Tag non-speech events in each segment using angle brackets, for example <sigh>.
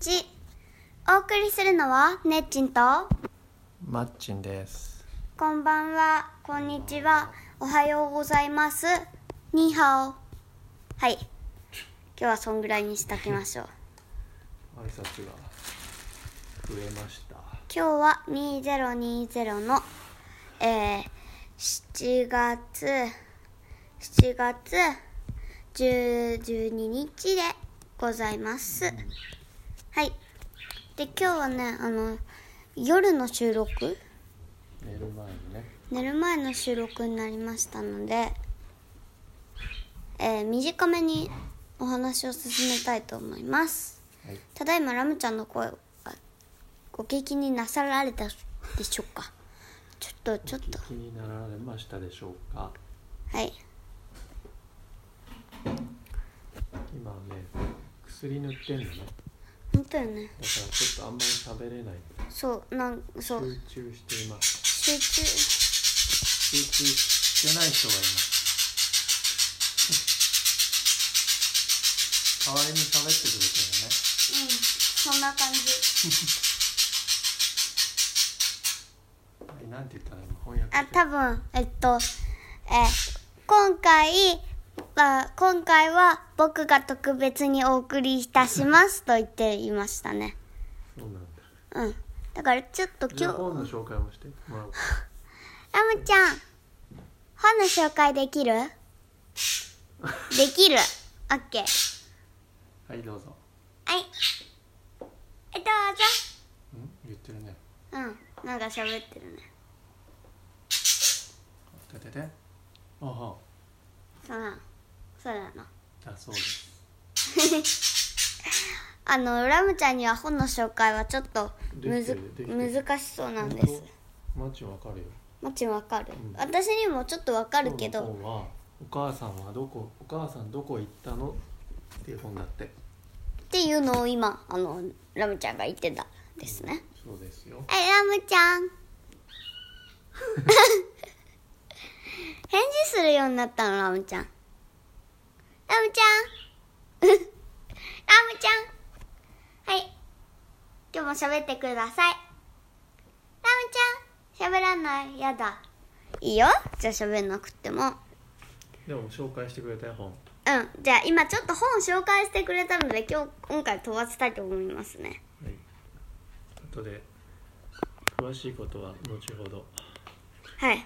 チお送りするのはねっちんとマッチンです。こんばんはこんにちはおはようございますニーハオはい今日はそんぐらいにしときましょう挨拶が増えました。今日は2020の、えー、7月7月10 12日でございますはいで今日はねあの夜の収録寝る前にね。寝る前の収録になりましたので、えー短めにお話を進めたいと思いますはい。ただいまラムちゃんの声がご聞きになさられたでしょうかちょっとちょっと気になられましたでしょうか。はい今ね、薬塗ってんのね。だか本当よねらちょっとあんまり喋れない。そうなんそう集中しています。集中集中してない人がいます。うん代わりに喋ってくれてるね。そんな感じえなんて言ったら今翻訳あして多分えっとえー今回は今回は僕が特別にお送りいたしますと言っていましたねそうなんだ。うんだからちょっと今日じゃあラ本の紹介もしてもらおうか。 <laughs> ムちゃん本の紹介できるできるオッケーはい、どうぞ。はいえどううん言ってるね。ぞうんなんか喋ってるねててて。あは。そうなのそうなのあ、そうです。あのラムちゃんには本の紹介はちょっとむずできてるできてる難しそうなんですマッチわかるよ。もちろんわかる、ん私にもちょっとわかるけ今ど日の本はお母さんはどこお母さんどこ行ったのっていう本だって。っていうのを今あのラムちゃんが言ってたですねそうですよ。えラムちゃ <laughs> ん返事するようになったのラムちゃんラムちゃん <laughs> ラムちゃんはい今日も喋ってくださいラムちゃん喋らないやだいいよじゃあ喋んなくてもでも紹介してくれたよう本。ん、じゃあ今ちょっと本紹介してくれたので今日今回飛ばしたいと思いますねはい。後で詳しいことは後ほど。はい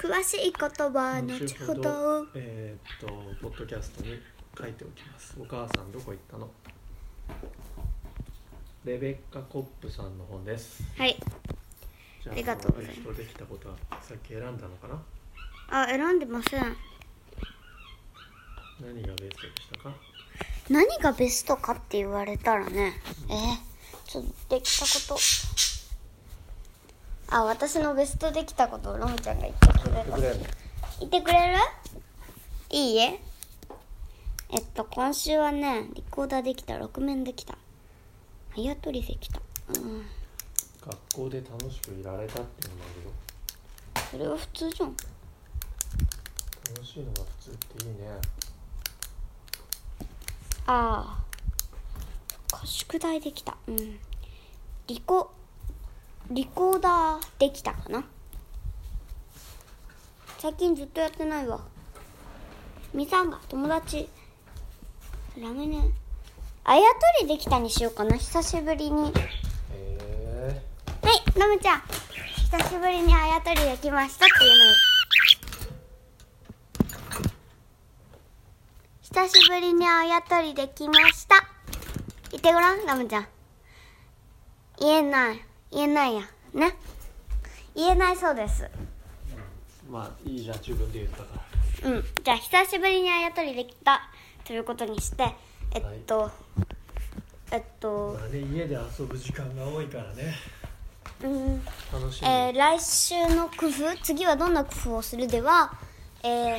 詳しい言葉は後ほどえーっとポッドキャストに書いておきます。お母さんどこ行ったの。レベッカコップさんの本です。はいじゃありがとうございます人できたことはさっき選んだのかな。あ選んでません何がベストでしたか。何がベストかって言われたらねえー、ちょっとできたことあ私のベストできたことをロムちゃんが言ってくれた言ってくれるいいええっと今週はねリコーダーできた6面できたあやとりできたうん学校で楽しくいられたっていうのもあそれは普通じゃんるよ。楽しいのが普通っていいね。ああ宿題できたうんリコリコーダーできたかな最近ずっとやってないわみさんが友達ラムネあやとりできたにしようかな久しぶりにはへえいラムちゃん久しぶりにあやとりできましたっていうのよ久しぶりにあやとりできました言ってごらんラムちゃん言えない言えないやね言えないそうですまあいいじゃん自分で言ったかうんじゃあ久しぶりにあやとりできたということにしてえっと、えっら。とまあね家で遊ぶ時間が多いからね。うん楽しみ。えー来週の工夫次はどんな工夫をするでは、えー、2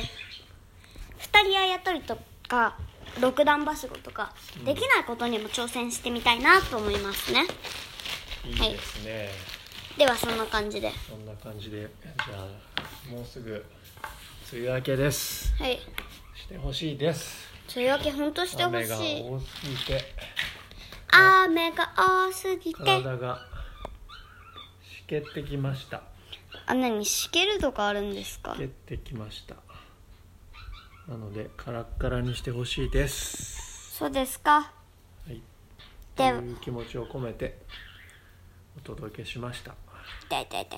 人あやとりとか六段ばしごとかできないことにも挑戦してみたいなと思いますね、いいですね。ではそんな感じでそんな感じでじゃあもうすぐ梅雨明けです。はいしてほしいです。というわけ本当してほ雨がしい多すぎて雨が多すぎて体がしけってきましたあ何しけるとかあるんですかしけってきましたなのでカラッカラにしてほしいですそうですかはいとでいう気持ちを込めてお届けしました痛い痛い痛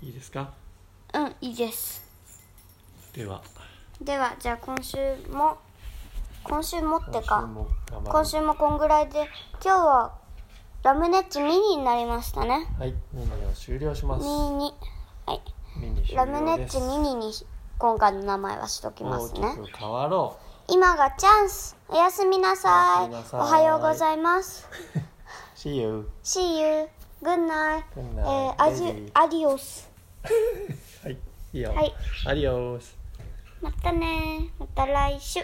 いいいですか痛いうんいいですではではじゃあ今週も今週もって今週かも頑張りま今す週もこんぐらいで今日はラムネッチミニになりましたねはいミニを終了しまミすニはいミニ終ラム了ネッですチミニに今回の名前はしときま大すきねく変わろ今がチャンスおやすみなおやさすみいなさいおはようございますう See you See you good night Good え night, ーアジ baby ュアディオスはいいいよはいアディオスまたねまた来週